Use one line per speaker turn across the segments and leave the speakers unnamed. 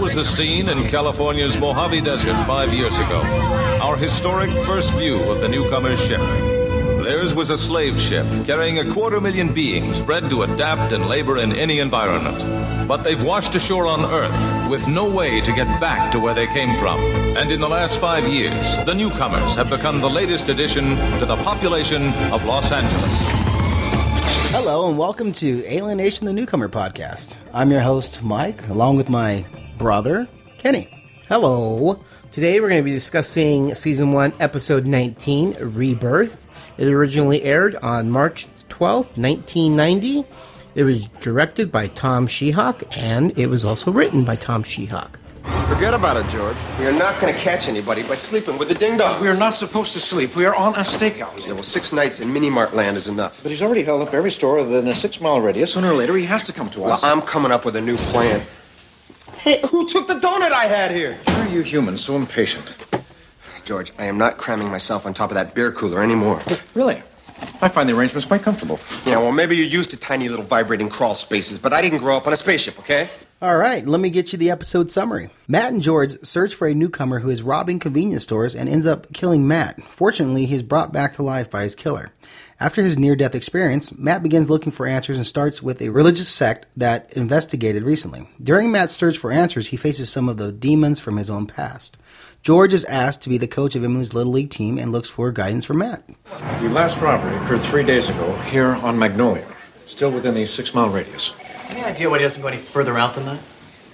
was the scene in California's Mojave Desert five years ago. Our historic first view of the newcomer's ship. Theirs was a slave ship carrying a quarter million beings bred to adapt and labor in any environment. But they've washed ashore on Earth with no way to get back to where they came from. And in the last five years, the newcomers have become the latest addition to the population of Los Angeles.
Hello and welcome to Alienation the Newcomer podcast. I'm your host, Mike, along with my brother, Kenny.
Hello. Today we're going to be discussing season 1, episode 19, Rebirth. It originally aired on March 12th, 1990. It was directed by Tom Sheehock and it was also written by Tom Sheehock.
Forget about it, George. We are not going to catch anybody by sleeping with the ding dong.
We are not supposed to sleep. We are on a stakeout.
Well, six nights in Mini Mart Land is enough.
But he's already held up every store within a six mile radius. Sooner or later, he has to come to
Well,
us.
I'm coming up with a new plan. Hey, who took the donut I had here?
Why are you humans so impatient?
George, I am not cramming myself on top of that beer cooler anymore.
Really? I find the arrangements quite comfortable.
yeah, well, maybe you're used to tiny little vibrating crawl spaces, but I didn't grow up on a spaceship, okay?
All right, let me get you the episode summary. Matt and George search for a newcomer who is robbing convenience stores and ends up killing Matt. Fortunately, he is brought back to life by his killer. After his near death experience, Matt begins looking for answers and starts with a religious sect that investigated recently. During Matt's search for answers, he faces some of the demons from his own past. George is asked to be the coach of Emily's Little League team and looks for guidance from Matt.
The last robbery occurred three days ago here on Magnolia, still within the six mile radius.
Any idea why he doesn't go any further out than that?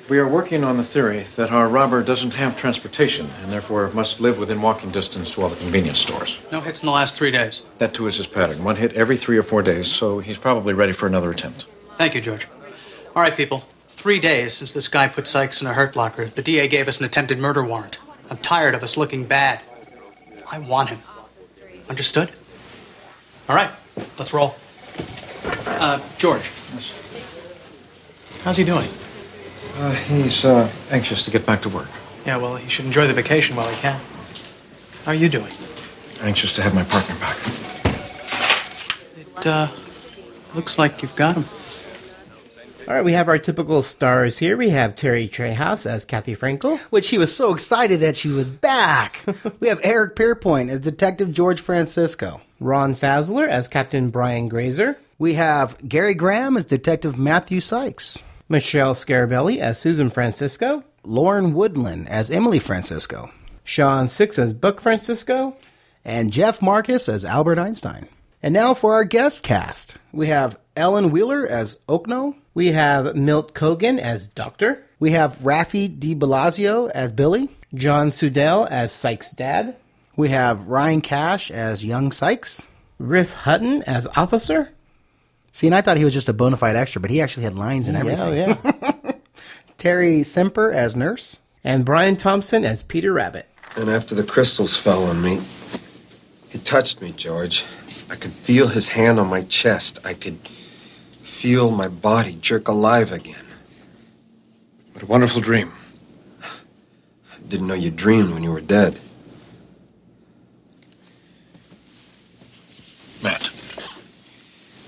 We are working on the theory that our robber doesn't have transportation and therefore must live within walking distance to all the convenience stores.
No hits in the last three days.
That too is his pattern one hit every three or four days, so he's probably ready for another attempt.
Thank you, George. All right, people. Three days since this guy put Sykes in a hurt locker. The DA gave us an attempted murder warrant. I'm tired of us looking bad. I want him. Understood? All right, let's roll. Uh, George.
Yes.
How's he doing?
Uh, he's uh, anxious to get back to work,
Yeah, well, he should enjoy the vacation while he can. How are you doing?
anxious to have my partner back.
It, uh, looks like you've got him.
All right, we have our typical stars here. We have Terry Trehouse as Kathy Frankel.
which he was so excited that she was back. we have Eric Pierpoint as Detective George Francisco.
Ron Fazler as Captain Brian Grazer.
We have Gary Graham as Detective Matthew Sykes.
Michelle Scarabelli as Susan Francisco.
Lauren Woodland as Emily Francisco.
Sean Six as Buck Francisco.
And Jeff Marcus as Albert Einstein. And now for our guest cast. We have Ellen Wheeler as Okno.
We have Milt Kogan as Doctor.
We have Raffi DiBlasio as Billy.
John Sudell as Sykes' dad.
We have Ryan Cash as young Sykes.
Riff Hutton as officer.
See, and I thought he was just a bona fide extra, but he actually had lines and everything.
Oh, yeah.
Terry Semper as nurse.
and Brian Thompson as Peter Rabbit.
And after the crystals fell on me, he touched me, George. I could feel his hand on my chest. I could feel my body jerk alive again.
What a wonderful dream.
Didn't know you dreamed when you were dead.
Matt,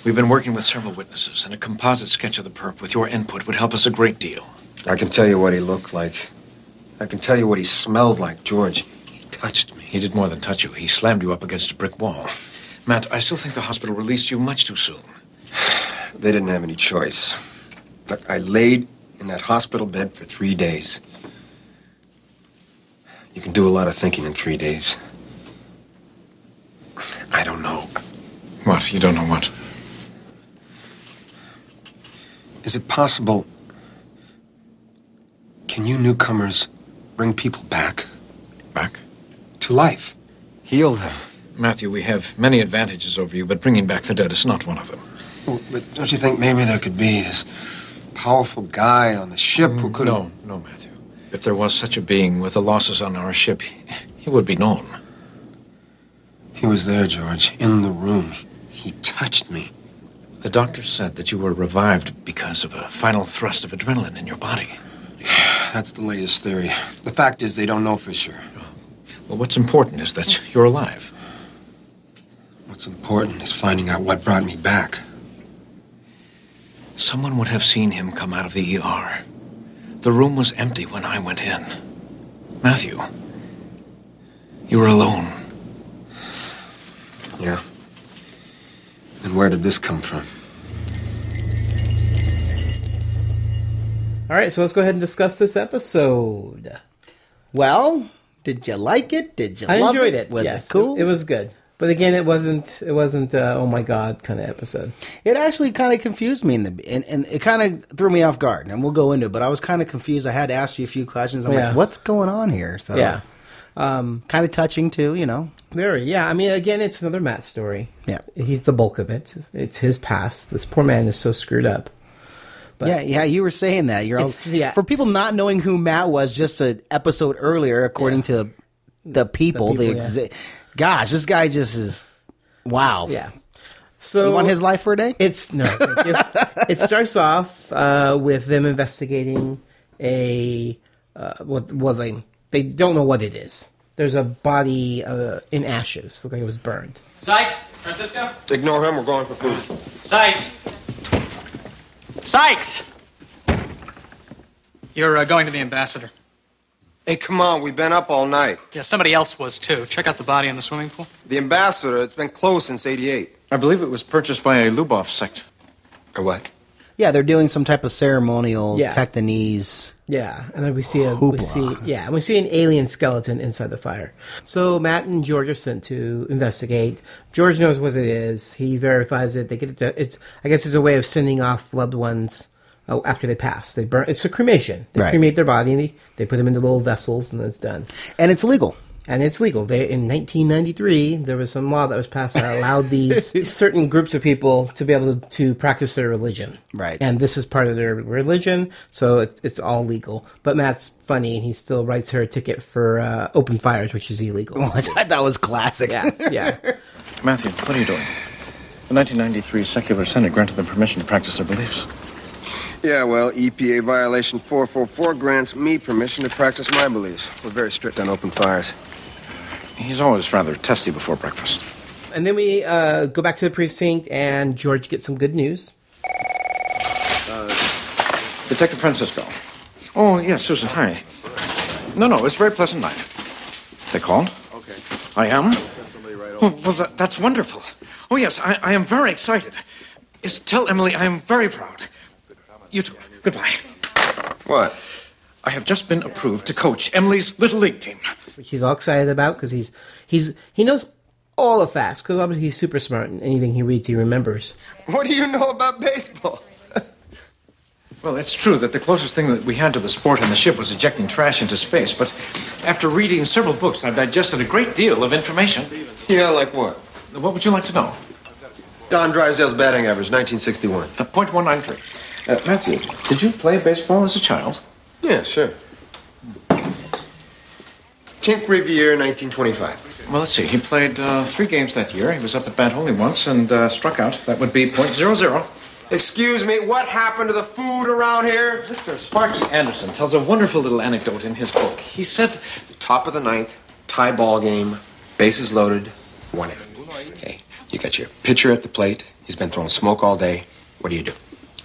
we've been working with several witnesses, and a composite sketch of the perp with your input would help us a great deal.
I can tell you what he looked like. I can tell you what he smelled like, George. He touched me.
He did more than touch you, he slammed you up against a brick wall. Matt, I still think the hospital released you much too soon.
They didn't have any choice. Look, I laid in that hospital bed for three days. You can do a lot of thinking in three days. I don't know.
What? You don't know what?
Is it possible? Can you newcomers bring people back
Back?
to life? Heal them?
Matthew, we have many advantages over you, but bringing back the dead is not one of them.
Well, but don't you think maybe there could be this powerful guy on the ship who could
No, no, Matthew. If there was such a being with the losses on our ship, he- he would be known.
He was there, George, in the room. He touched me.
The doctor said that you were revived because of a final thrust of adrenaline in your body.
That's the latest theory. The fact is, they don't know for sure.
Well, what's important is that you're alive.
What's important is finding out what brought me back.
Someone would have seen him come out of the ER. E The room was empty when I went in. Matthew, you were alone.
Yeah. And where did this come from?
All right, so let's go ahead and discuss this episode.
Well, did you like it? Did you?
I
love
enjoyed it.
Was
Yes,
it cool?
It, was good. But again, it wasn't. It wasn't. Uh, oh my god, kind of episode.
It actually kind of confused me, in the, and, and it kind of threw me off guard. And we'll go into it, but I was kind of confused. I had to ask you a few questions. I'm
Yeah.
like, what's going on here? So,
Yeah,
kind of touching too, you know.
very. Yeah, I mean, again, it's another Matt story.
Yeah.
he's the bulk of it. It's his past. This poor man is so screwed up.
yeah, yeah, you were saying that. You're all,
It's- yeah.
for people not knowing who Matt was just an episode earlier, according to the people. The
people,
exa- gosh, this guy just is wow.
Yeah.
you
So
want his life for a day?
It's no. Thank you. it starts off uh, with them investigating a uh, well, well, they they don't know what it is. There's a body uh, in ashes. Looked like it was burned.
Sykes? Francisco?
Ignore him. We're going for food.
Sykes! Sykes! You're uh, going to the ambassador.
Hey, come on. We've been up all night.
Yeah, somebody else was too. Check out the body in the swimming pool.
The ambassador. It's been closed since '88.
I believe it was purchased by a Lubov sect.
Or what?
Yeah, they're doing some type of ceremonial
Yeah.
Tektonese.
Yeah, and then we see a we see yeah, and we see an alien skeleton inside the fire. So Matt and George are sent to investigate. George knows what it is. He verifies it. They get it. To, it's I guess it's a way of sending off loved ones uh, after they pass. They burn. It's a cremation. They
Right.
cremate their body and they, they put them into little vessels and then it's done.
And it's legal.
And it's legal. They in 1993 there was some law that was passed that allowed these certain groups of people to be able to, to practice their religion.
Right.
And this is part of their religion, so it, it's all legal. But Matt's funny, and he still writes her a ticket for uh, open fires, which is illegal.
Which I thought was classic.
yeah, yeah.
Matthew, what are you doing? The 1993 Secular Senate granted them permission to practice their beliefs.
Yeah, well, EPA violation 444 grants me permission to practice my beliefs. We're very strict on open fires.
He's always rather testy before breakfast.
And then we uh, go back to the precinct, and George gets some good news.
Detective Francisco. Oh, yes, Susan, hi. No, no, it's a very pleasant night. They called? Okay. I am? Oh, well, that, that's wonderful. Oh, yes, I, I am very excited. Yes, tell Emily I am very proud. You too. Goodbye.
What?
I have just been approved to coach Emily's Little League team.
which he's all excited about because he's he's he knows all the facts because obviously he's super smart and anything he reads he remembers.
What do you know about baseball?
Well, it's true that the closest thing that we had to the sport on the ship was ejecting trash into space, but after reading several books, I've digested a great deal of information.
Yeah, like what?
What would you like to know?
Don Drysdale's batting average, 1961.
Uh, point one nine three. Uh, Matthew, did you play baseball as a child?
Yeah, sure. Chink Riviere, 1925.
Well, let's see. He played uh, three games that year. He was up at Bat Holy once and uh, struck out. That would be point zero zero.
Excuse me, what happened to the food around here?
Mr. Sparky Anderson tells a wonderful little anecdote in his book. He said,
Top of the ninth, tie ball game, bases loaded, one out. Okay, you got your pitcher at the plate. He's been throwing smoke all day. What do you do?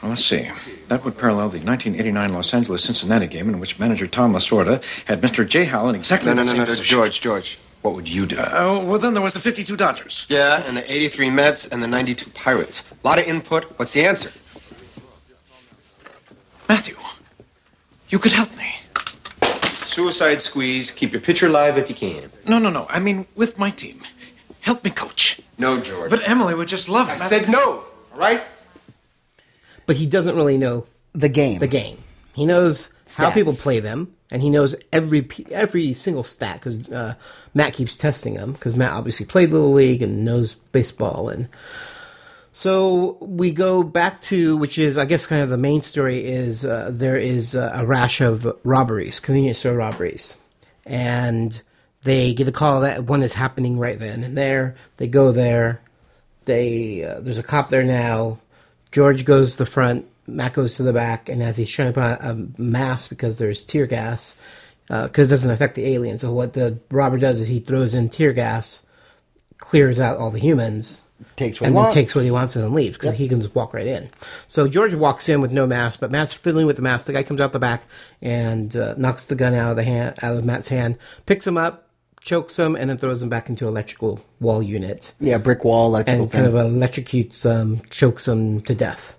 well, "Let's see. That would parallel the 1989 Los Angeles Cincinnati game in which manager Tom Lasorda had Mr. J. Howell in exactly
No, no,
the
no,
same
no, no,
position."
George, George. What would you do?
Oh, well, then there was the 52 Dodgers.
Yeah, and the 83 Mets and the 92 Pirates. A lot of input. What's the answer?
Matthew, you could help me.
Suicide squeeze. Keep your pitcher alive if you can.
No, no, no. I mean, with my team, help me, coach.
No, George.
But uh, Emily would just love it.
I
Matthew.
said no, all right?
But he doesn't really know
The game.
the game. He knows how
Stats.
people play them, and he knows every p- every single stat because uh, Matt keeps testing him because Matt obviously played little league and knows baseball and. So we go back to which is I guess kind of the main story is uh, there is uh, a rash of robberies, convenience store robberies, and they get a call that one is happening right then and there. They go there. They uh, there's a cop there now. George goes to the front, Matt goes to the back, and as he's trying to put on a mask because there's tear gas, because it doesn't affect the alien. So what the robber does is he throws in tear gas, clears out all the humans,
Takes what
and
he
then
wants.
takes what he wants and then leaves because he can just walk right in. So George walks in with no mask, but Matt's fiddling with the mask. The guy comes out the back and uh, knocks the gun out of the hand out of Matt's hand, picks him up, chokes him, and then throws him back into electrical wall unit
yeah, brick wall, electrical
and kind
thing.
of electrocutes him, chokes him to death.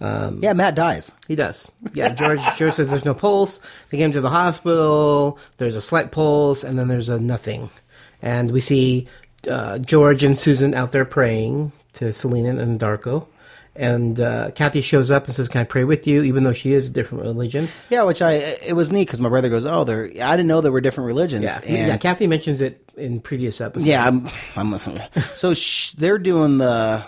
yeah, Matt dies.
He does. Yeah, George, George says there's no pulse. They get him to the hospital. There's a slight pulse, and then there's a nothing. And we see uh, George and Susan out there praying to Selena and Darko. And uh, Kathy shows up and says, "Can I pray with you?" Even though she is a different religion.
Yeah, which I it was neat because my brother goes, "Oh, there." I didn't know there were different religions.
Yeah,
and
yeah. Kathy mentions it in previous episodes.
Yeah, I'm, I'm listening. So sh- they're doing the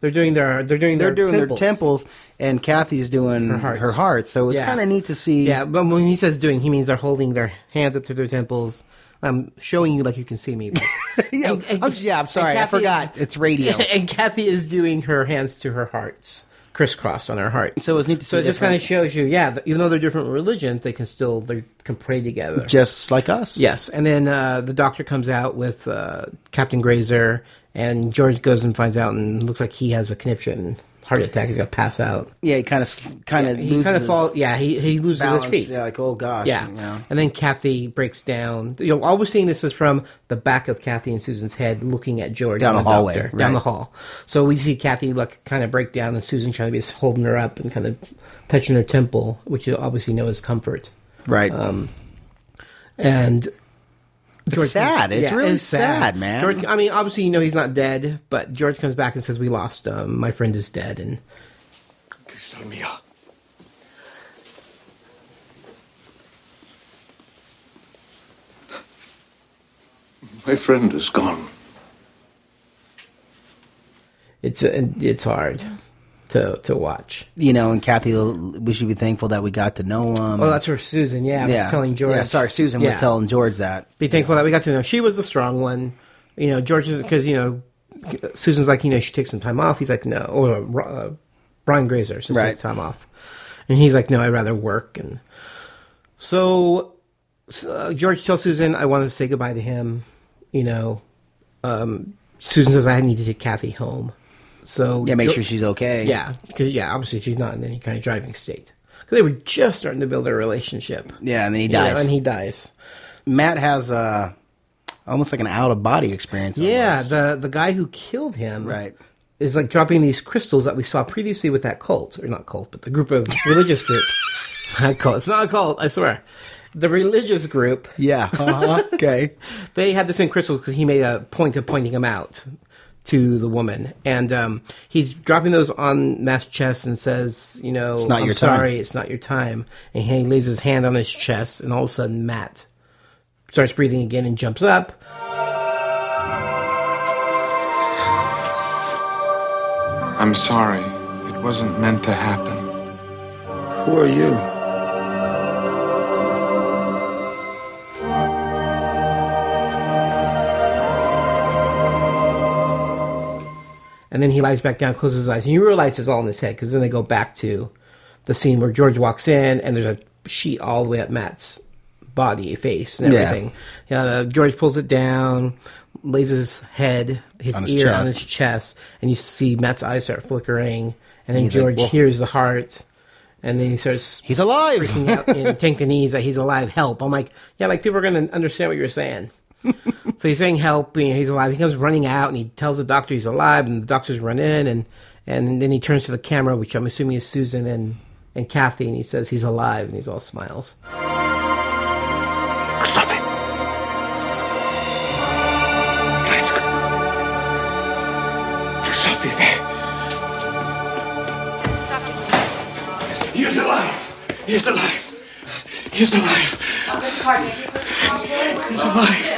they're doing their they're doing
they're
their
doing
temples.
their temples, and Kathy's doing her heart.
hearts.
So it's
Yeah.
kind of neat to see.
Yeah, but when he says doing, he means they're holding their hands up to their temples. I'm showing you like you can see me. but-
yeah,
And- and-
I'm, yeah, I'm sorry,
and
I
Kathy
forgot.
is-
it's radio.
and Kathy is doing her hands to her hearts, crisscrossed on her heart.
So it was neat to
So it
see
just kind of
different-
shows you, yeah, that even though they're different religions, they can still they can pray together.
Just like us.
yes, and then uh, the doctor comes out with uh, Captain Grazer, and George goes and finds out, and looks like he has a conniption, heart attack. He's gonna pass out.
yeah. He kind of kind of
He kind of falls. Yeah, he he loses
Balance,
his feet.
yeah, like oh gosh,
Yeah.
you know.
And then Kathy breaks down. You know, all we're seeing this is from the back of Kathy and Susan's head looking at George.
Down
and
the hallway,
doctor,
right.
Down the hall. So we see Kathy like kind of break down and Susan trying to be just holding her up and kind of touching her temple, which you obviously know is comfort.
right.
And George
sad. It's really sad, man.
George, I mean, obviously you know he's not dead, but George comes back and says, "We lost um, my friend is dead." And
My friend is gone.
it's it's hard to to watch.
you know, and Kathy, we should be thankful that we got to know him.
Well, Oh, that's for Susan. Yeah, I was telling George.
Yeah, sorry, Susan was
Yeah.
telling George that.
be thankful that we got to know she was the strong one. You know, George is because you know Susan's like you know she takes some time off. He's like no, or uh, Ro- uh, Brian Grazer says
Right.
take time off, and he's like no, I'd rather work. And so s- uh, George tells Susan I want to say goodbye to him. You know, um, Susan says I need to take Kathy home. So
Yeah, make
Geor-
sure she's okay.
yeah, because yeah, obviously she's not in any kind of driving state. 'Cause they were just starting to build their relationship.
yeah, and then he
You know,
dies.
and he dies.
Matt has uh, almost like an out of body experience.
Yeah,
almost.
the the guy who killed him,
Right.
is like dropping these crystals that we saw previously with that cult, or not cult, but the group of religious group. not cult. It's not a cult. I swear. The religious group,
yeah. Uh-huh. okay.
they had the same crystals because he made a point of pointing them out to the woman, and um, he's dropping those on Matt's chest and says, "You know,
not
I'm
your time."
sorry, it's not your time." And he lays his hand on his chest, and all of a sudden, Matt starts breathing again and jumps up.
I'm sorry. It wasn't meant to happen.
Who are you?
And then he lies back down, closes his eyes, and you realize it's all in his head because then they go back to the scene where George walks in and there's a sheet all the way up Matt's body, face, and
Yeah.
everything. Uh, George pulls it down, lays his head, his,
On his
ear on
chest.
his chest, and you see Matt's eyes start flickering. And then
He's like,
George
"Whoa."
hears the heart, and then he starts
He's alive.
freaking out in Tankanese that he's alive. Help! I'm like, yeah, like people are gonna understand what you're saying. so he's saying help. You know, he's alive. He comes running out and he tells the doctor he's alive, and the doctors run in and and then he turns to the camera, which I'm assuming is Susan and and Kathy, and he says he's alive, and he's all smiles.
There's nothing. Please. Stop it. He is alive. He is alive. He is alive. He's alive.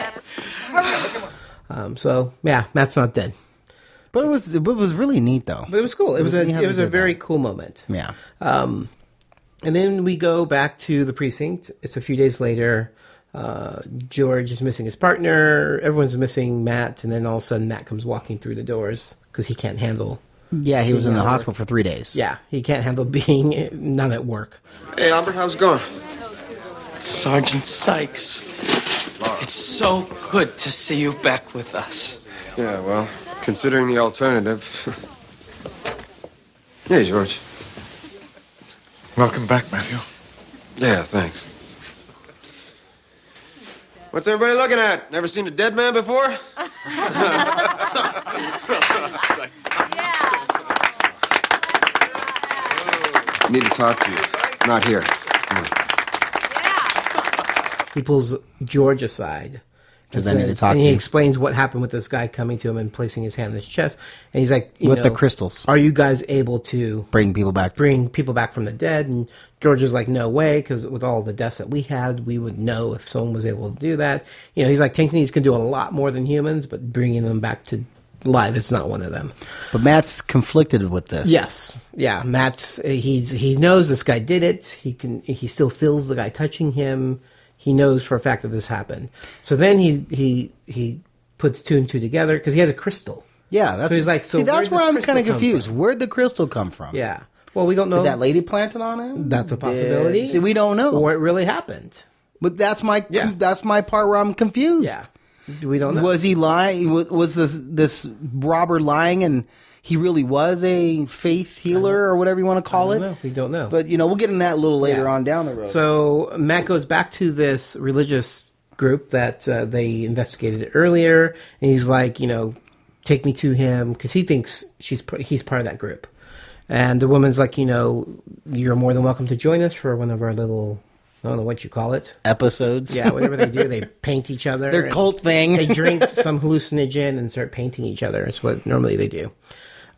Um, so yeah, Matt's not dead,
But it was it was really neat though.
but it was cool. It was a
neat how
it
they
was a
did
very cool moment.
that. yeah.
And then we go back to the precinct. It's a few days later. Uh, George is missing his partner. Everyone's missing Matt. And then all of a sudden, Matt comes walking through the doors because he can't handle.
Yeah, he was in the
Yeah.
hospital for three days.
Yeah, he can't handle being not at work.
Hey, Albert, how's it going?
Sergeant Sykes, it's so good to see you back with us.
Yeah, well, Considering the alternative. yeah, George.
Welcome back, Matthew.
Yeah, thanks. What's everybody looking at? Never seen a dead man before? Need to talk to you. Not here. Come on.
He pulls George aside.
Does that
And
need to
says-
talk
and
to
he
you?
explains what happened with this guy coming to him and placing his hand on his chest. And he's like, you
With the
know,
crystals.
Are you guys able to
Bring people back.
bring people back from the dead? And George is like, no way, because with all the deaths that we had, we would know if someone was able to do that. You know, he's like, Tinknees can do a lot more than humans, but bringing them back to life, it's not one of them.
But Matt's conflicted with this.
Yes, yeah, Matt's he's he knows this guy did it. He can he still feels the guy touching him. He knows for a fact that this happened. So then he he he puts two and two together because he has a crystal.
Yeah, that's
So he's like, so
see, that's where
where'd this
I'm
crystal
kind of
come
confused.
from?
Where'd the crystal come from?
Yeah. Well, we don't know.
Did that lady plant it on him?
That's a possibility.
See, we don't know.
or it really happened.
but that's my
Yeah.
that's my part where I'm confused.
Yeah, we don't know.
Was he lying? Was, was this this robber lying? And he really was a faith healer or whatever you want to call
I
it.
don't know. We don't know.
But you know, we'll get into that a little later
Yeah.
on down the road.
So Matt goes back to this religious group that uh, they investigated earlier, and he's like, you know, take me to him because he thinks she's pr- he's part of that group. And the woman's like, you know, you're more than welcome to join us for one of our little, I don't know what you call it.
episodes.
Yeah, whatever they do, they paint each other.
Their
and
cult thing.
They drink some hallucinogen and start painting each other. It's what normally they do.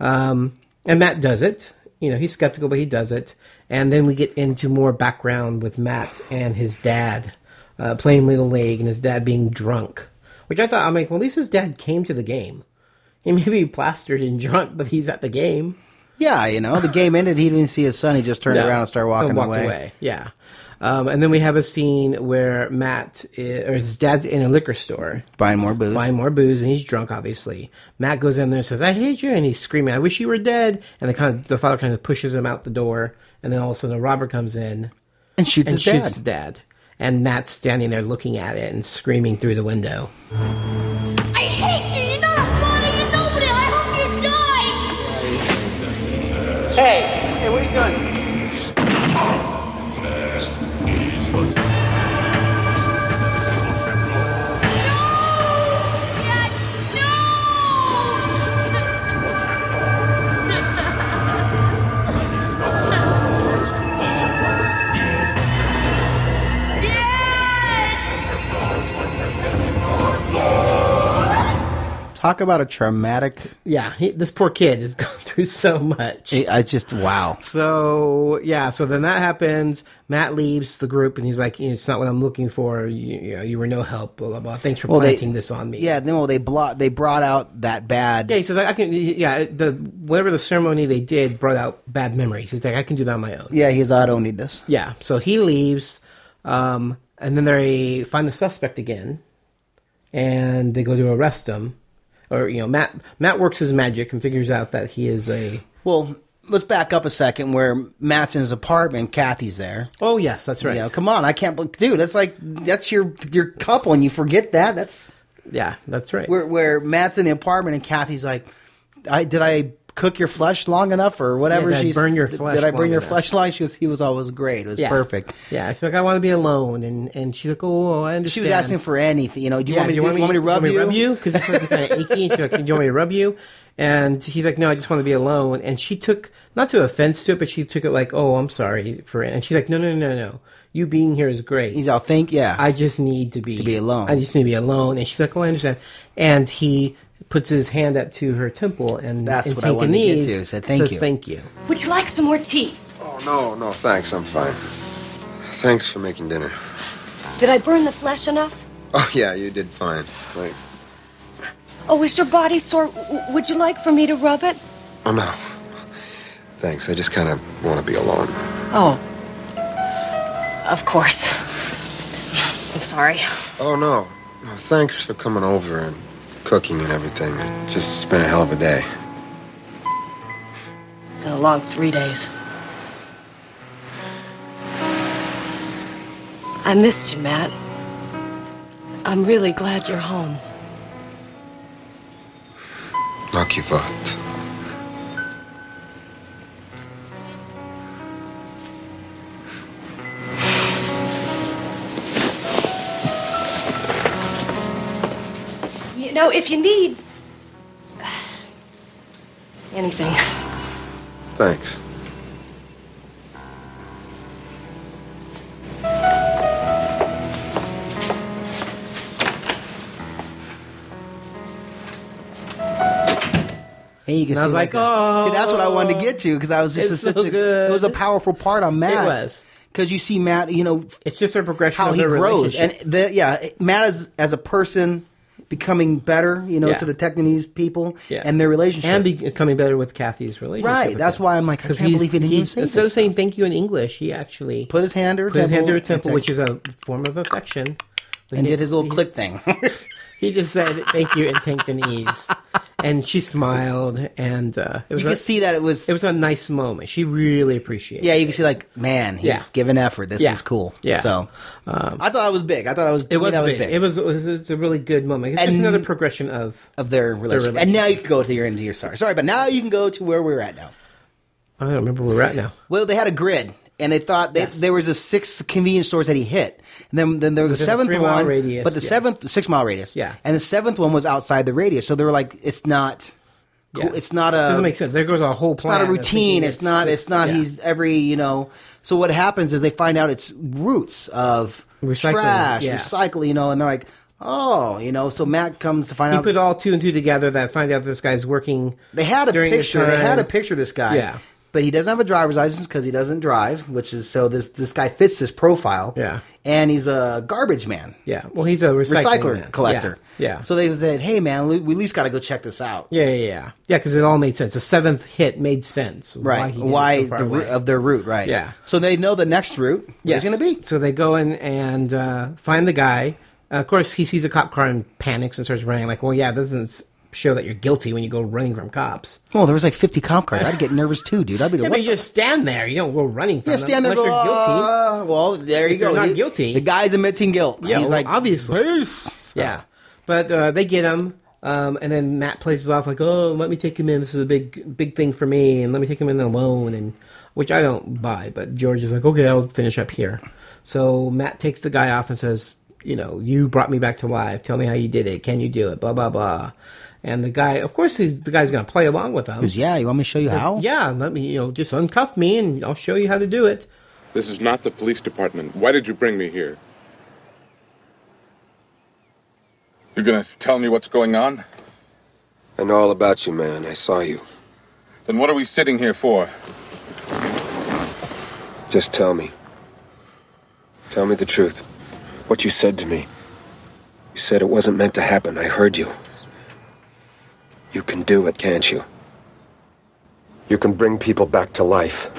Um, and Matt does it. You know, he's skeptical, but he does it. And then we get into more background with Matt and his dad uh, playing Little League and his dad being drunk, which I thought, I'm like, well, at least his dad came to the game. He may be plastered and drunk, but he's at the game.
Yeah, you know, the game ended. He didn't see his son. He just turned
Yeah.
around and started walking
And walked
away.
Yeah. Um, and then we have a scene where Matt, i or his dad's in a liquor store
Buying more booze.
buying more booze, and he's drunk, obviously. Matt goes in there and says, "I hate you," and he's screaming, "I wish you were dead!" And the kind of, the father kind of pushes him out the door, and then all of a sudden, a robber comes in
and shoots
and
his
shoots the
dad.
dad, and Matt's standing there looking at it and screaming through the window.
I hate you. You're not a father. You're nobody. I hope you die.
Hey, hey, what are you doing?
Dad, no.
Talk about a traumatic.
Yeah, he, this poor kid has gone through so much.
I just wow.
So yeah, so then that happens. Matt leaves the group, and he's like, "It's not what I'm looking for. You, you know, you were no help. Blah blah blah. Thanks for planting this on me."
Yeah, then well, they brought they brought out that bad.
Yeah, he says I can. Yeah, the whatever the ceremony they did brought out bad memories. He's like, I can do that on my own.
Yeah, he's I don't need this.
Yeah. So he leaves, um, and then they find the suspect again, and they go to arrest him. Or you know, Matt Matt works his magic and figures out that he is a.
Well, let's back up a second. Where Matt's in his apartment, Kathy's there.
Oh yes, that's right.
You know, come on, I can't, bel- dude. That's like that's your your couple, and you forget that. That's
yeah, that's right.
where where Matt's in the apartment, and Kathy's like, I did I cook your flesh long enough or whatever
did I
she's
burn your
did-
flesh
Did I
long
burn your
enough?
flesh long? She was he was always great. It was
Yeah.
perfect.
Yeah, I feel like I want to be alone, and and she's like, oh, I understand.
She was asking for anything. You know, do you want me to do- want me to rub
me
you?
Because it's like kind of achy. And she's like, "Do you want me to rub you?" And he's like, "No, I just want to be alone." And she took not to offense to it, but she took it like, "Oh, I'm sorry for it." And she's like, "No, no, no, no. You being here is great.
He's all think, yeah.
I just need to be
To be alone.
I just need to be alone." And she's like, "Oh, I understand." And he puts his hand up to her temple, and
That's
and
what I wanted to get
Tankanese
to. I said, "Thank
says,
you."
Thank you.
Would you like some more tea?
Oh, no, no, thanks. I'm fine. Thanks for making dinner.
Did I burn the flesh enough?
Oh, yeah, you did fine. Thanks.
Oh, is your body sore? W- Would you like for me to rub it?
Oh, no. Thanks. I just kind of want to be alone.
Oh. Of course. I'm sorry.
Oh, no. No, thanks for coming over and cooking and everything. It's just it's been a hell of a day.
Been a long three days. I missed you, Matt. I'm really glad you're home.
Nakivat.
You know, if you need anything,
Thanks.
And you can
And
see
I was like,
that. see, that's what I wanted to
"Oh,
get to because I was just
it's
such
so
a
good."
it was a powerful part on Matt.
was.
because you see Matt, you know
It's just a progression
how
of
he
their
grows and
relationship.
the yeah Matt is as a person becoming better, you know,
Yeah.
to the Technese people
Yeah.
and their relationship.
and becoming better with Kathy's relationship.
Right,
with
that's
him.
why I'm like, I
'Cause
can't
he's-
believe he didn't
he's-
say
instead
this
of saying thank you in English, he actually
put his hand to her
put his
temple,
hand to her temple,
and
which
said-
is a form of affection. But
and
he-
did his little
he-
click thing.
He just said thank you and thanked in ease, and she smiled, and uh, it was
you can
a,
see that it was,
it was a nice moment. She really appreciated.
yeah,
it.
you can see like man, he's
Yeah.
giving effort. This
Yeah.
is cool.
Yeah. Um,
so I thought it was big. I thought it was
it was,
that
big. It was, it was it's a really good moment. It's just
And-
another progression of
of their relationship. And now you can go to your end of your sorry. Sorry, but now you can go to where we're at now.
I don't remember where we're at now.
Well, they had a grid, and they thought that
Yes.
there was a six convenience stores that he hit. And then, then there was the
There's a
seventh
three-mile
one,
radius,
but the
yeah.
seventh six mile radius.
Yeah.
and the seventh one was outside the radius, so they were like, it's not,
Yeah.
it's not a,
Doesn't make sense. There goes a whole
it's not
plan.
a
of
routine.
thinking
It's, not, it's not.
yeah.
He's every you know. So what happens is they find out it's roots of
Recycling,
trash,
yeah.
recycle. You know, and they're like, oh, you know. So Matt comes to find
He
out
put all two and two together. That find out this guy's working.
They had a
during the
picture. They had a
time.
picture of this guy.
Yeah.
But he doesn't have a driver's license because he doesn't drive, which is so this this guy fits this profile.
Yeah.
And he's a garbage man.
Yeah. Well, he's a recycling
recycler
man.
collector.
Yeah. Yeah.
So they said, "Hey, man, we we at least got to go check this out."
Yeah, yeah, yeah. Yeah, because it all made sense. The seventh hit made sense.
Right.
he did it
Why,
so far
the
away.
route of their route? Right.
Yeah.
So they know the next route. Where's
Yes.
going to be?
So they go in and uh, find the guy. Uh, of course, he sees a cop car and panics and starts running. Like, well, yeah, it doesn't s- show that you're guilty when you go running from cops.
Well, there was like fifty cop cars. I'd get nervous too, dude. I'd be the
Yeah,
what
but you just stand there. You don't go running from
Yeah,
them
stand there.
unless
Go,
you're guilty.
"Uh, well, there you
If
go.
you're not
He-
guilty.
The guy's admitting guilt.
Yeah,
He's
well,
like,
obviously.
"Peace."
Yeah, but uh, they get him, um, and then Matt plays it off like, "Oh, let me take him in. This is a big, big thing for me, and let me take him in alone." And which I don't buy, but George is like, "Okay, I'll finish up here." So Matt takes the guy off and says, "You know, you brought me back to life. Tell me how you did it. Can you do it?" Blah blah blah. And the guy, of course, he's, the guy's going to play along with him.
Yeah, you want me to show you how?
Yeah, let me, you know, just uncuff me, and I'll show you how to do it.
This is not the police department. Why did you bring me here? You're gonna tell me what's going on?
I know all about you, man. I saw you.
Then what are we sitting here for?
Just tell me. Tell me the truth. What you said to me. You said it wasn't meant to happen. I heard you. You can do it, can't you? You can bring people back to life.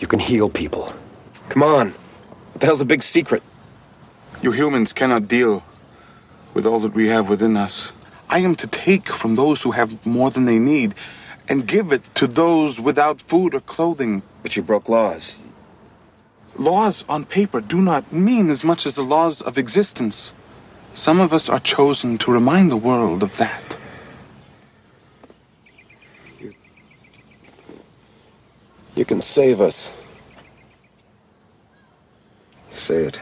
You can heal people. Come on. What the hell's a big secret?
You humans cannot deal with all that we have within us. I am to take from those who have more than they need and give it to those without food or clothing.
But you broke laws.
Laws on paper do not mean as much as the laws of existence. Some of us are chosen to remind the world of that.
You can save us. Say it.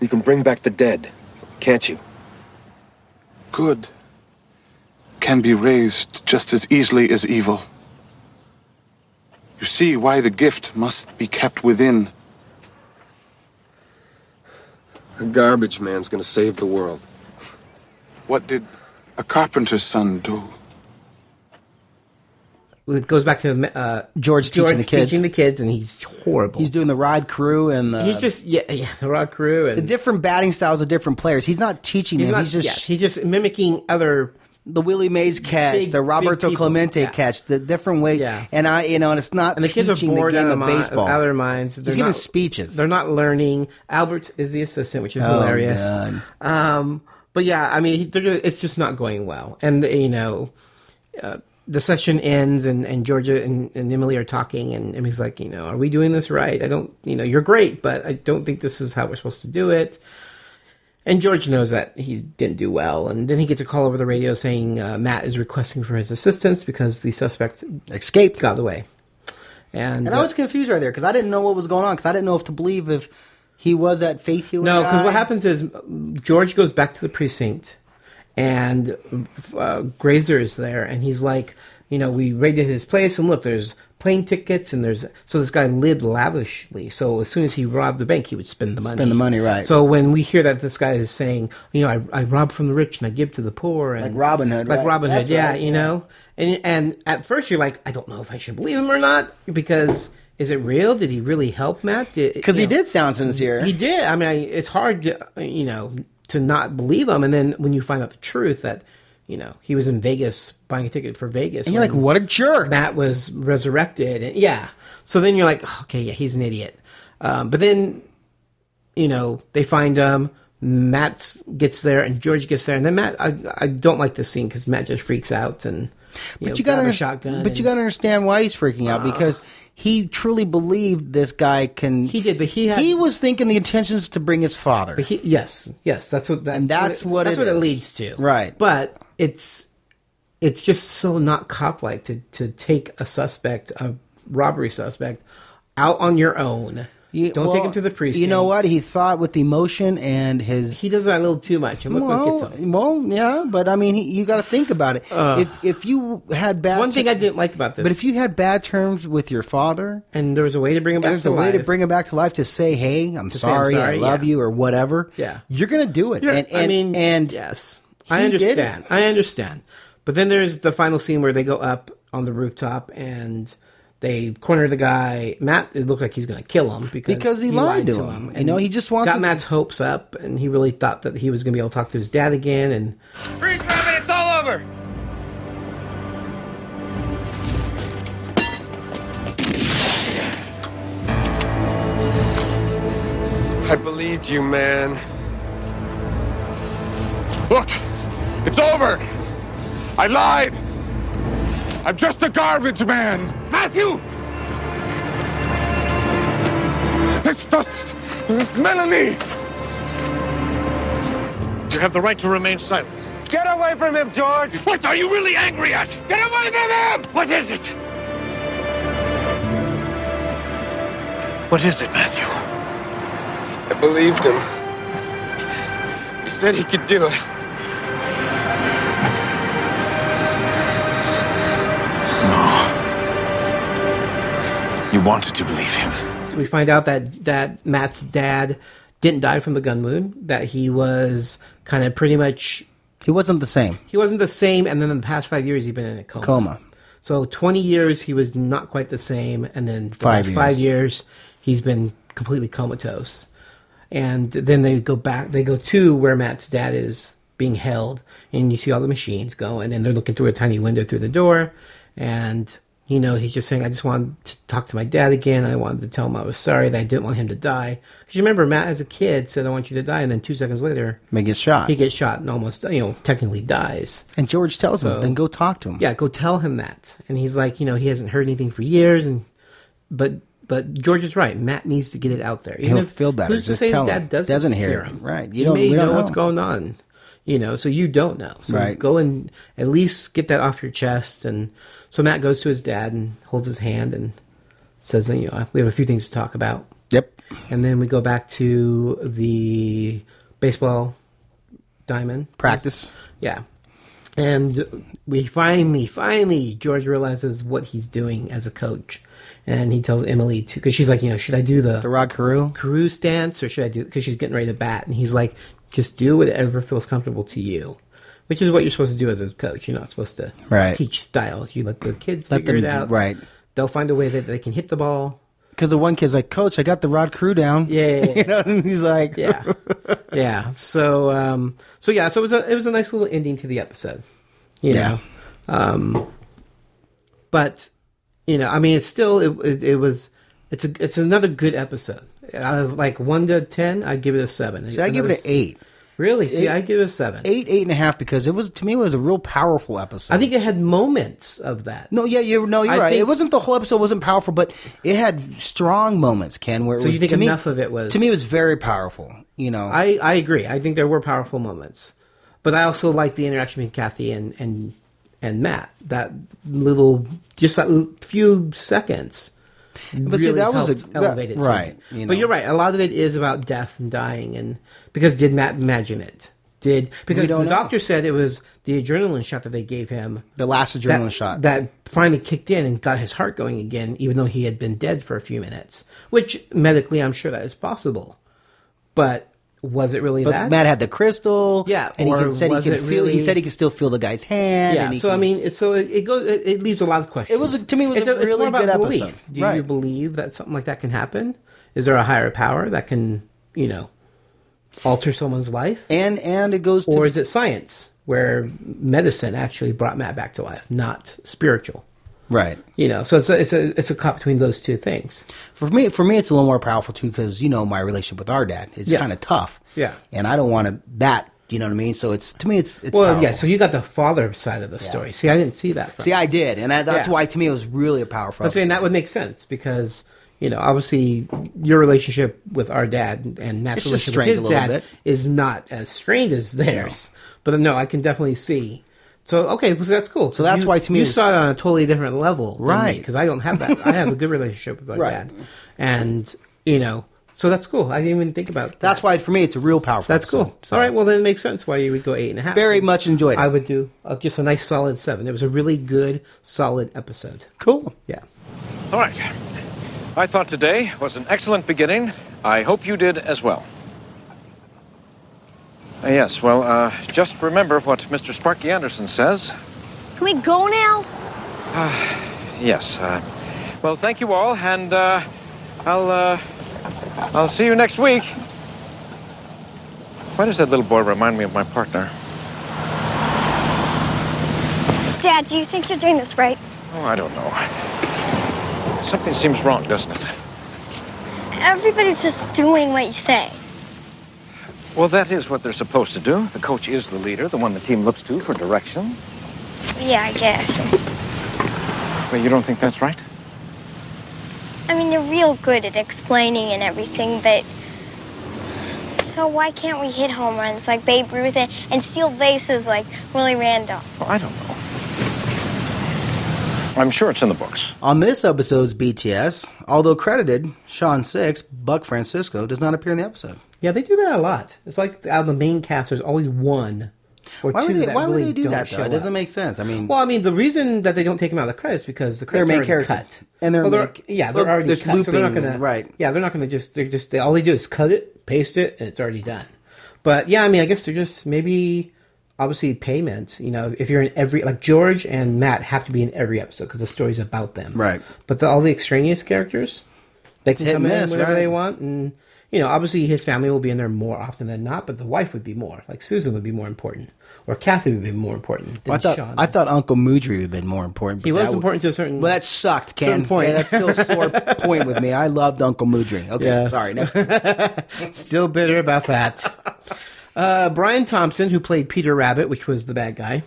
You can bring back the dead, can't you?
Good can be raised just as easily as evil. You see why the gift must be kept within.
A garbage man's gonna save the world.
What did a carpenter's son do?
It goes back to the, uh,
George teaching the kids.
teaching the kids, and he's horrible.
He's doing the rod crew and the
He's just yeah, yeah, the rock crew and
Um, the different batting styles of different players. He's not teaching
he's
them.
not,
he's just
yes, he's just mimicking other.
the Willie Mays catch,
Big-
the
big
Roberto
people.
Clemente
Yeah.
catch, the different way.
Yeah.
And I, you know, and it's not
And the kids
teaching
are bored
the game
out,
of
of mi-
baseball.
out of their minds. They're
He's giving
not-
speeches.
They're not learning. Albert is the assistant, which is
Oh,
hilarious.
God.
Um, but yeah, I mean, he- they're, ju- it's just not going well. And you know, uh, the session ends, and, and Georgia and, and Emily are talking, and Emily's like, you know, are we doing this right? I don't, you know, you're great, but I don't think this is how we're supposed to do it. And George knows that he didn't do well. And then he gets a call over the radio saying uh, Matt is requesting for his assistance because the suspect
escaped,
got away. And, uh,
And I was confused right there because I didn't know what was going on because I didn't know if to believe if he was that faith healer.
No, because
guy.
what happens is mm, George goes back to the precinct, and uh, Grazer is there, and he's like, you know, we raided his place, and look, there's plane tickets, and there's so this guy lived lavishly. So as soon as he robbed the bank, he would spend the money.
Spend the money, right.
So when we hear that this guy is saying, you know, I, I rob from the rich and I give to the poor, and
Like Robin Hood,
like
right.
Robin Hood,
That's
yeah,
right,
you
yeah.
know, and and at first you're like, I don't know if I should believe him or not because. Is it real? Did he really help Matt?
Because
Because
he did sound sincere.
he did. I mean, I, it's hard, to, uh, you know, to not believe him. And then when you find out the truth that, you know, he was in Vegas buying a ticket for Vegas,
and you're like,
when
what a jerk.
Matt was resurrected, and yeah. So then you're like, "Oh, okay, yeah, he's an idiot. Um, but then, you know, they find him. Matt gets there, and George gets there, and then Matt. I, I don't like this scene because Matt just freaks out and. You
but
know,
you got
grab
to
a shotgun.
But
and- Ah.
you got to understand why he's freaking out because he truly believed this guy can.
He did, but he had-
he was thinking the intentions to bring his father.
He, yes, yes, that's what that,
And that's what
that's
it
what it
is.
leads to,
Right.
But it's it's just so not cop like to to take a suspect, a robbery suspect, out on your own.
You-
Don't take
well,
him to the precinct.
You know what? He thought with emotion and his.
He does that a little too much, and look
well,
what gets him.
well, yeah, but I mean, he, you got to think about it. if if you had bad,
One thing I didn't like about this,
But if you had bad terms with your father,
and there was a way to bring him back
there's
to
a way to
life.
bring him back to life to say, "Hey, I'm,
say, I'm
sorry,
sorry,
I love
yeah.
you," or whatever.
Yeah.
you're gonna do it.
Yeah,
and, and
I mean,
and
yes,
he
I
did it.
understand. I understand. But then there's the final scene where they go up on the rooftop and they corner the guy. Matt, it looked like he's going to kill him because,
Because he lied to him. You know, he just wants
got
to-
Matt's hopes up, and he really thought that he was going to be able to talk to his dad again. And
Freeze, Robin, it's all over!
I believed you, man.
Look, it's over. I lied. I'm just a garbage man. Matthew! It's just. It's Melanie!
You have the right to remain silent.
Get away from him, George!
What are you really angry at?
Get away from him!
What is it? What is it, Matthew?
I believed him. He said he could do it.
You wanted to believe him.
so we find out that that Matt's dad didn't die from the gun wound; that he was kind of pretty much
he wasn't the same
he wasn't the same. And then in the past five years, he'd been in a
coma.
So 20 years, he was not quite the same. And then the
Five
last five years, he's been completely comatose. And then they go back, they go to where Matt's dad is being held. And you see all the machines going, and they're looking through a tiny window through the door. And, you know, he's just saying, I just wanted to talk to my dad again. I wanted to tell him I was sorry that I didn't want him to die. Because you remember, Matt as a kid said, I want you to die. And then two seconds later,
May get shot.
he gets shot and almost, you know, technically dies.
and George tells him, "Then go talk to him."
Yeah, go tell him that. And he's like, you know, he hasn't heard anything for years, and but but George is right. Matt needs to get it out there.
He'll feel better.
Who's
Just
to say
tell
that
him.
doesn't,
Doesn't hear
hear,
him.
him?
Right. You
You
don't-
may
we don't
know, what's
know.
going on. You know, so you don't know. So
Right.
go and at least get that off your chest. And so Matt goes to his dad and holds his hand and says, you know, we have a few things to talk about.
Yep.
And then we go back to the baseball diamond
Practice.
yeah. And we finally, finally, George realizes what he's doing as a coach. And he tells Emily to, because she's like, you know, should I do the,
The Rod Carew.
Carew stance or should I do, because she's getting ready to bat. And he's like, just do whatever feels comfortable to you, which is what you're supposed to do as a coach. You're not supposed to
Right.
teach styles. You let the kids
Let
figure
them
it
do-
out.
right.
They'll find a way that they can hit the ball.
Because the one kid's like, "Coach, I got the Rod Carew down."
Yeah, yeah, yeah.
you know, and he's like,
Yeah. yeah. So, um, so yeah, so it was a, it was a nice little ending to the episode, you know? Um,
yeah.
but you know, I mean, it's still it, it, it was it's a it's another good episode. Out of like one to ten, I'd give it a seven.
So I give it an eight.
Really? See, I give it a seven.
Eight, eight and a half, because it was to me it was a real powerful episode.
I think it had moments of that.
No, yeah, you no, you're
I
right.
think-
it wasn't the whole episode wasn't powerful, but it had strong moments, Ken. Where it
So you
was,
think
to me-
enough of it was-
to me it was very powerful. You know,
I, I agree. I think there were powerful moments, but I also like the interaction between Kathy and and and Matt. That little, just that l- few seconds.
But see, that was a-
helped elevate it
that-
to
right,
me.
you
But
know.
you're right. A lot of it is about death and dying, and because did Matt imagine it? Did because the
don't know.
doctor said it was the adrenaline shot that they gave him.
the last adrenaline
that,
shot.
that finally kicked in and got his heart going again, even though he had been dead for a few minutes. Which medically, I'm sure that is possible, but was it really
but
that?
Matt had the crystal.
Yeah,
and he
or
could, said he
was
could
it
feel. He
really-
said he could still feel the guy's hand.
yeah.
and he
So I
could-
mean, it's, so it, it goes. It, it leaves a lot of questions.
It was a- to me, it was
It's
a
it's
really
more about
good
belief.
episode.
Do you
Right.
believe that something like that can happen? Is there a higher power that can, you know, alter someone's life,
and and it goes
or
to
is it science where medicine actually brought Matt back to life, not spiritual?
right.
You know, so it's a, it's a it's a cut between those two things.
For me, for me, it's a little more powerful too because you know my relationship with our dad. It's
Yeah.
kind of tough.
Yeah.
and I don't want to that. You know what I mean? So it's to me, it's it's
well,
powerful.
yeah. So you got the father side of the story. See, I didn't see that. From
See, I did, and I, that's
Yeah.
why to me it was really a powerful.
I'm saying
episode.
that would make sense because you know obviously your relationship with our dad and Matt's
It's just
relationship with his
strained a
dad
little
is not as strained as theirs. But no, I can definitely see. So okay, so that's cool. So
that's why to me
you
it's-
saw it on a totally different level,
Right.
Because I don't have that. I have a good relationship with our
Right.
dad, and you know, so that's cool. I didn't even think about
That's
that.
why for me it's a real powerful.
That's
episode.
cool.
So,
All right, well then it makes sense why you would go eight and a half.
very much enjoyed. It.
I would do uh, just a nice solid seven. It was a really good, solid episode.
cool.
Yeah.
All right. I thought today was an excellent beginning. I hope you did as well. Uh, yes, well, uh, just remember what Mr. Sparky Anderson says.
Can we go now?
Yes. Uh, well, thank you all, and uh, I'll uh, I'll see you next week. Why does that little boy remind me of my partner?
Dad, do you think you're doing this right?
Oh, I don't know. Something seems wrong, doesn't it?
Everybody's just doing what you say.
Well, that is what they're supposed to do. The coach is the leader, the one the team looks to for direction.
Yeah, I guess.
But you don't think that's right?
I mean, you're real good at explaining and everything, but. So why can't we hit home runs like Babe Ruth and, and steal bases like Willie Randolph?
Well, I don't know. I'm sure it's in the books.
On this episode's BTS, although credited, Sean Six, Buck Francisco, does not appear in the episode.
Yeah, they do that a lot. It's like out of the main cast, there's always one or
Why
two
would they,
that
why
really
would they do
don't
that
show
though? It doesn't
up.
make sense. I mean,
Well, I mean, the reason that they don't take them out of the credits is because the credits
main
are already
character.
cut,
And they're
well, they're
main-
yeah, they're
well,
already
there's
cut, so they're not
looping,
gonna
right.
Yeah, they're not gonna just they're just they, all they do is cut it, paste it, and it's already done. But yeah, I mean, I guess they're just maybe obviously payment. You know, if you're in every like George and Matt have to be in every episode because the story's about them,
Right.
But the, all the extraneous characters, they can
hit
come
and
in
miss,
whenever
right?
they want, and you know, obviously his family will be in there more often than not, but the wife would be more. Like Susan would be more important, or Kathy would be more important. Than
I thought
Sean.
I thought Uncle Moodry would have been more important. but
He was
that would-
important to a certain-
Well, that sucked, Ken.
certain point.
Okay, that's still a sore point with me. I loved Uncle Moodry. Okay,
Yes.
sorry. Next
Still bitter about that. uh, Brian Thompson, who played Peter Rabbit, which was the bad guy,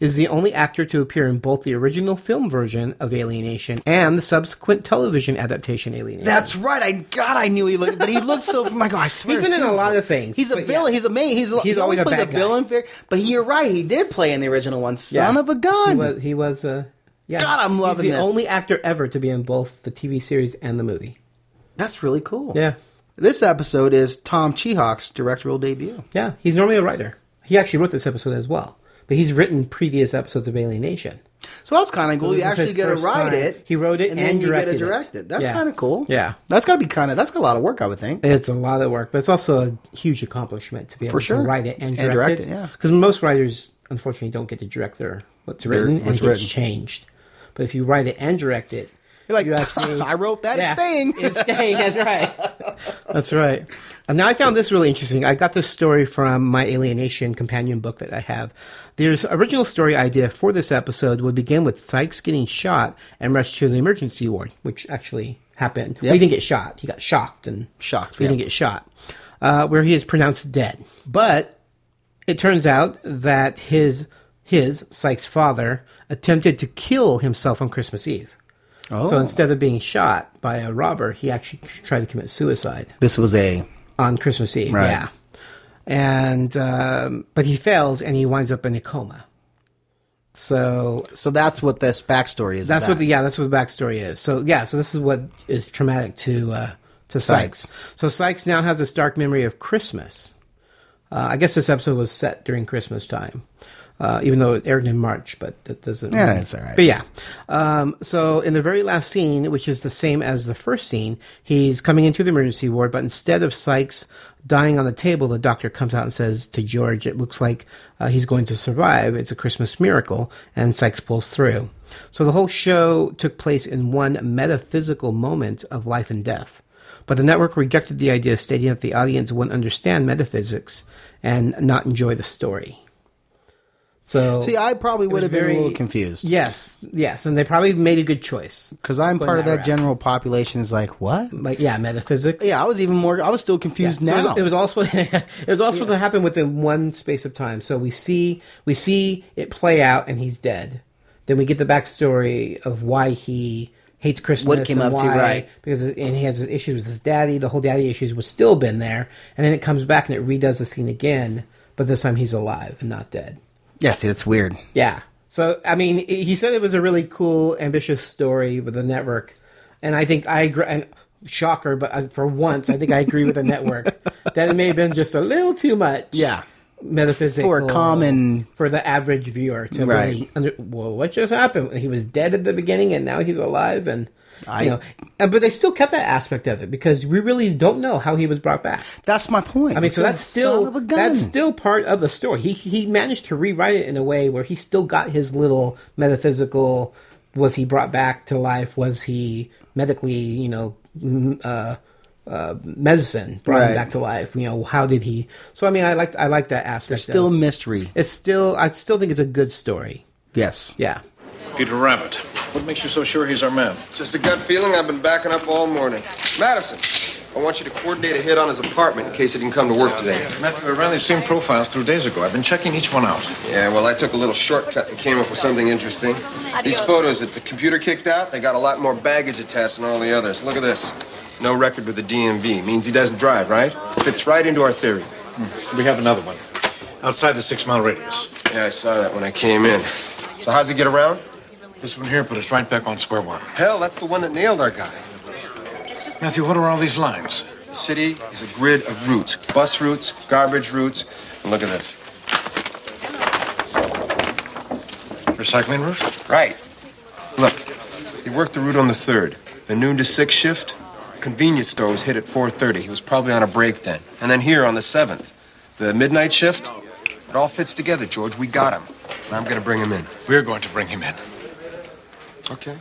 is the only actor to appear in both the original film version of Alienation and the subsequent television adaptation Alienation.
That's right. I God, I knew he looked, but he looked so. My God, I swear.
He's been
I've
in a
seen
lot
him.
of things,
He's a
but
villain.
yeah.
He's a main. He's, a,
He's
he always,
always a
plays a
bad guy.
villain. Figure, but he, you're right. He did play in the original one. Son
Yeah.
of a gun.
He was. He was uh, yeah.
God, I'm loving
He's the
this.
only actor ever to be in both the TV series and the movie.
That's really cool.
Yeah,
This episode is Tom Chehok's directorial debut.
yeah. He's normally a writer. He actually wrote this episode as well, but he's written previous episodes of Alienation.
So that's kind of cool. you
this is his
actually get to
first
write
time.
it.
He wrote it
and,
and
then you get to
directed it.
direct it. That's
Yeah.
kind of cool.
Yeah.
that's got to be kind of. That's got a lot of work, I would think.
It's a lot of work, but it's also a huge accomplishment to be able
For sure.
to write it and direct, it.
yeah.
because most writers unfortunately don't get to direct their what's written and
what's
it gets
written.
changed. But if you write it and direct it,
You're like,
you actually-
I wrote that. It's
Yeah.
staying.
It's staying. That's right. That's right. And now I found this really interesting. I got this story from my Alienation companion book that I have. The original story idea for this episode would begin with Sykes getting shot and rushed to the emergency ward, which actually happened. He didn't get shot. He got shocked and
Shocked,
He
yeah.
didn't get shot, uh, where he is pronounced dead. But It turns out that his his Sykes' father attempted to kill himself on Christmas Eve.
Oh.
So instead of being shot by a robber, he actually tried to commit suicide
This was a
on Christmas Eve.
Right.
Yeah, and um, but he fails and he winds up in a coma. So
so that's what this backstory is.
that's what
about.
the yeah that's what the backstory is. So yeah, so this is what is traumatic to uh, to Sykes.
Sykes.
So Sykes now has this dark memory of Christmas. Uh, I guess this episode was set during Christmas time, uh, even though it aired in March, but that doesn't.
Yeah, that's all right.
But yeah, um, so in the very last scene, which is the same as the first scene, he's coming into the emergency ward, but instead of Sykes dying on the table, the doctor comes out and says to George, "It looks like uh, he's going to survive. It's a Christmas miracle," and Sykes pulls through. So the whole show took place in one metaphysical moment of life and death. But the network rejected the idea, stating that the audience wouldn't understand metaphysics and not enjoy the story. So,
See, I probably
it
would
was
have been
very-
a little confused.
Yes, yes, and they probably made a good choice.
because I'm
Going
part of
that
that
route.
general population is like what?
Like, yeah, metaphysics.
Yeah, I was even more. I was still confused
So
now.
it was also it was also supposed to happen within one space of time. So we see we see it play out, and he's dead. Then we get the backstory of why he hates Christmas.
What it came
and
up to,
why-
right.
Because and he has issues with his daddy. The whole daddy issues was still been there, and then it comes back and it redoes the scene again, but this time he's alive and not dead.
yeah, see, that's weird.
Yeah. So I mean, he he said it was a really cool, ambitious story with the network, and I think I agree. And shocker, but uh, for once, I think I agree with the network that it may have been just a little too much.
Yeah,
Metaphysical
For a common-
for the average viewer to
Right.
really under, well, what just happened? He was dead at the beginning, and now he's alive, and
I-
you know, and, but they still kept that aspect of it because we really don't know how he was brought back.
that's my point.
I mean,
It's
so
a
that's still
son of a gun.
that's still part of the story. He he managed to rewrite it in a way where he still got his little metaphysical. Was he brought back to life? Was he medically, you know, m- uh, uh, medicine brought him
Right.
back to life? You know, how did he? So I mean, I like I like that aspect.
There's still a
of-
mystery.
it's still I still think it's a good story.
Yes.
Yeah.
Peter Rabbit. What makes you so sure he's our man?
Just a gut feeling. I've been backing up all morning. Madison, I want you to coordinate a hit on his apartment in case he didn't come to work today.
Matthew, I ran these same profiles through days ago. I've been checking each one out.
Yeah, well, I took a little shortcut and came up with something interesting. These photos that the computer kicked out, they got a lot more baggage attached than all the others. Look at this. No record with the DMV. Means he doesn't drive, right? Fits right into our theory.
We have another one. Outside the six mile radius.
Yeah, I saw that when I came in. So how's he get around?
This one here put us right back on square one.
Hell, that's the one that nailed our guy.
Matthew, what are all these lines?
The city is a grid of routes. Bus routes, garbage routes, and look at this.
Recycling route?
Right. Look, he worked the route on the third. The noon to six shift. Convenience store was hit at 4:30. He was probably on a break then. And then here on the seventh, the midnight shift. It all fits together, George. We got him. And I'm gonna bring him in.
We're going to bring him in.
Okay.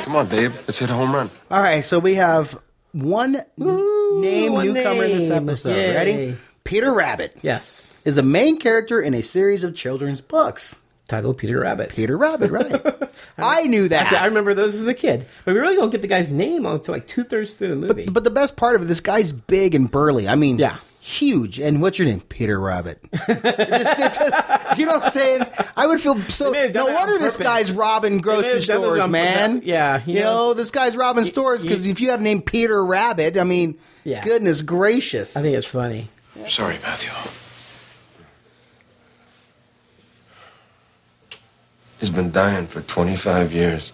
Come on, babe. Let's hit a home run.
All right, so we have one name
one
newcomer in this
name.
episode.
Yay.
Ready? Peter Rabbit
Yes.
is a main character in a series of children's books.
Titled Peter Rabbit.
Peter Rabbit, right? I knew that.
That's it. I remember those as a kid, but we really don't get the guy's name until like two thirds through the movie.
But the best part of it, this guy's big and burly. I mean,
Yeah.
huge. And what's your name? Peter Rabbit. It's just- it's just- you know what I'm saying? I would feel so.
They may have
No
done that
wonder
on
this
purpose.
guy's robbing
may
grocery
have done this
stores,
on-
man.
yeah,
you,
you
know,
know.
this guy's robbing stores because
you-
if you had named Peter Rabbit, I mean,
Yeah.
goodness gracious.
I think it's funny.
Sorry, Matthew.
He's been dying for 25 years,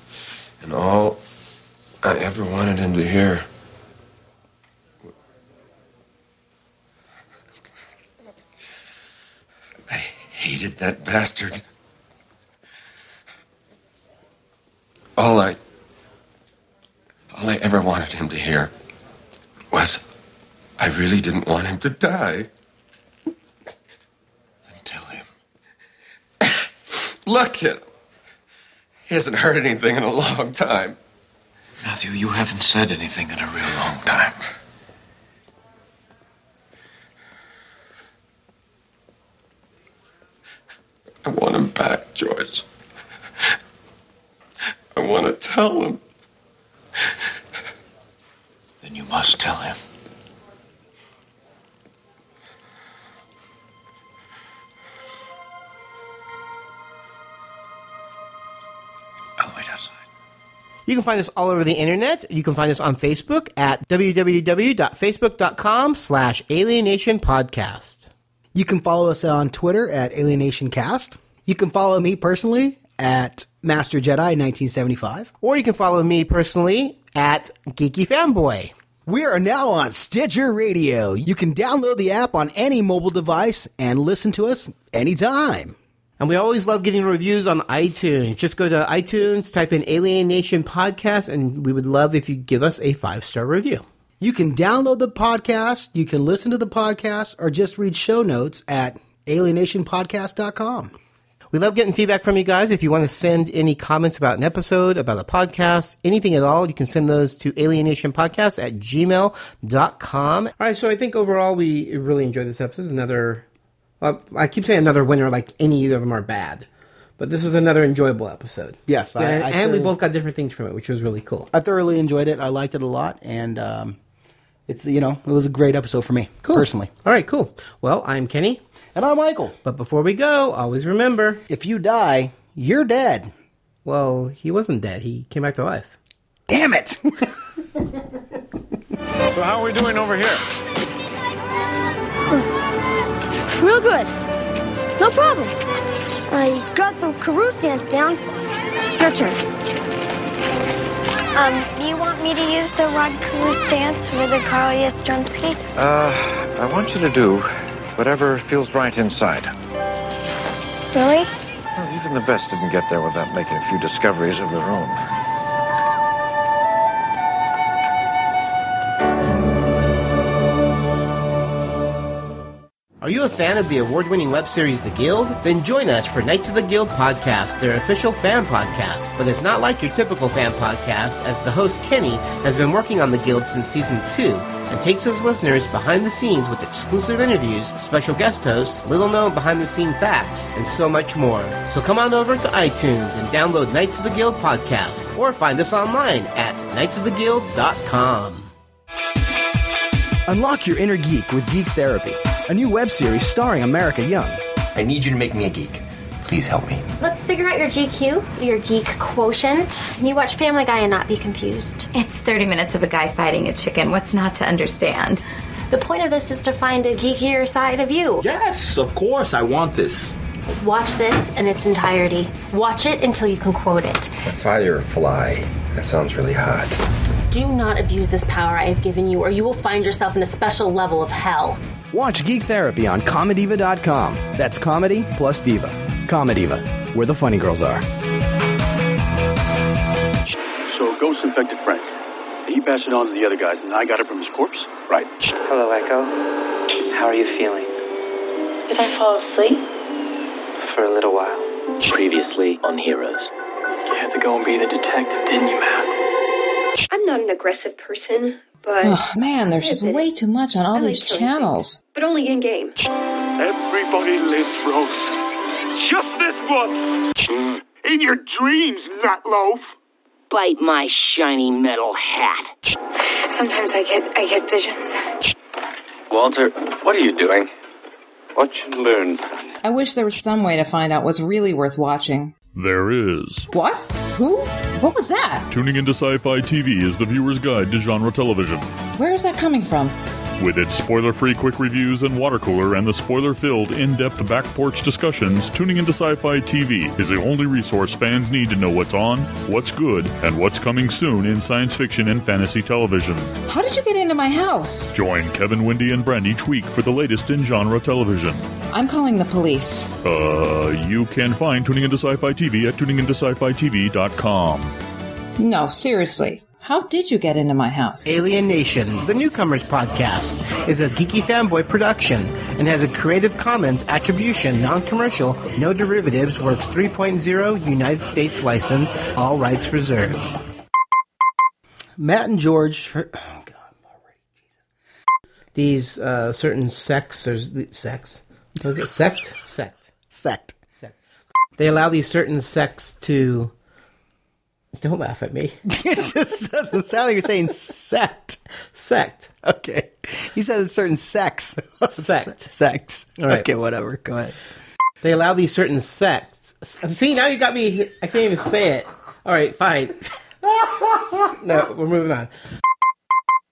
and all I ever wanted him to hear. I hated that bastard. All I. All I ever wanted him to hear was I really didn't want him to die.
Then tell him.
Look at him. He hasn't heard anything in a long time.
Matthew, you haven't said anything in a real long time.
I want him back, George. I want to tell him.
Then you must tell him.
You can find us all over the internet. You can find us on Facebook at www.facebook.com slash alienation podcast.
You can follow us on Twitter at AlienationCast. You can follow me personally at Master Jedi 1975.
Or you can follow me personally at Geeky Fanboy.
We are now on Stitcher Radio. You can download the app on any mobile device and listen to us anytime.
And we always love getting reviews on iTunes. Just go to iTunes, type in Alien Nation Podcast, and we would love if you give us a five star review.
You can download the podcast, you can listen to the podcast, or just read show notes at alienationpodcast.com.
We love getting feedback from you guys. If you want to send any comments about an episode, about a podcast, anything at all, you can send those to alienationpodcast at gmail.com. All right, so I think overall we really enjoyed this episode. Another, well, I keep saying another winner, like any of them are bad. But this was another enjoyable episode.
Yes, I-
and,
I
and we
thoroughly-
both got different things from it, which was really cool.
I thoroughly enjoyed it. I liked it a lot, and um, it's you know it was a great episode for me personally.
All right, cool. Well, I'm Kenny.
And I'm Michael.
But before we go, always remember
if you die, you're dead.
Well, he wasn't dead. He came back to life.
Damn it!
So how are we doing over here?
Real good. No problem. I got the Carew dance down. It's your turn. Um, do you want me to use the Rod Carew dance with the Carl Yastrzemski?
Uh, I want you to do whatever feels right inside.
Really?
Well, even the best didn't get there without making a few discoveries of their own.
Are you a fan of the award winning web series The Guild? Then join us for Knights of the Guild podcast, their official fan podcast. But it's not like your typical fan podcast, as the host Kenny has been working on The Guild since season two and takes his listeners behind the scenes with exclusive interviews, special guest hosts, little known behind the scene facts, and so much more. So come on over to iTunes and download Knights of the Guild podcast, or find us online at knightsoftheguild.com.
Unlock your inner geek with Geek Therapy, a new web series starring America Young. I need you to make me a geek. Please help me.
Let's figure out your GQ, your geek quotient. Can you watch Family Guy and not be confused?
It's 30 minutes of a guy fighting a chicken. What's not to understand?
The point of this is to find a geekier side of you.
Yes, of course, I want this.
Watch this in its entirety. Watch it until you can quote it.
Firefly. That sounds really hot.
Do not abuse this power I have given you, or you will find yourself in a special level of hell.
Watch Geek Therapy on Comediva.com. That's comedy plus diva. Comediva, where the funny girls are.
So Ghost infected Frank. He passed it on to the other guys, and I got it from his corpse. Right.
Hello, Echo. How are you feeling?
Did I fall asleep?
For a little while. Previously on Heroes.
You had to go and be the detective, didn't you, Matt?
I'm not an aggressive person, but.
Ugh, man, there's just way too much on all these channels.
But only in game.
Everybody lives, Rose. Just this once. In your dreams, Nutloaf.
Bite my shiny metal hat.
Sometimes I get I get visions.
Walter, what are you doing? Watch and learn.
I wish there was some way to find out what's really worth watching.
There is.
What? Who? What was that?
Tuning into Sci Fi TV is the viewer's guide to genre television.
Where is that coming from?
With its spoiler free quick reviews and water cooler and the spoiler filled in depth back porch discussions, Tuning into Sci Fi TV is the only resource fans need to know what's on, what's good, and what's coming soon in science fiction and fantasy television.
How did you get into my house?
Join Kevin, Wendy, and Brent each week for the latest in genre television.
I'm calling the police.
Uh, you can find Tuning Into Sci-Fi TV at tuningintosci-fi-tv.com.
No, seriously. How did you get into my house?
Alien Nation, the Newcomers Podcast, is a geeky fanboy production and has a Creative Commons Attribution, Non Commercial, No Derivatives, Works 3.0 United States license, all rights reserved.
Matt and George. Oh God, I'm already. Jesus.
These uh, certain sects, there's the- sects. Was it sect? sect.
Sect.
Sect. They allow these certain sects to. Don't laugh at me.
it just doesn't sound like you're saying sect.
Sect.
Okay. He said a certain sex.
Sect.
Sex.
All right.
Okay, whatever. Go ahead.
They allow these certain sects. See, now you got me. I can't even say it. All right, fine. No, we're moving on.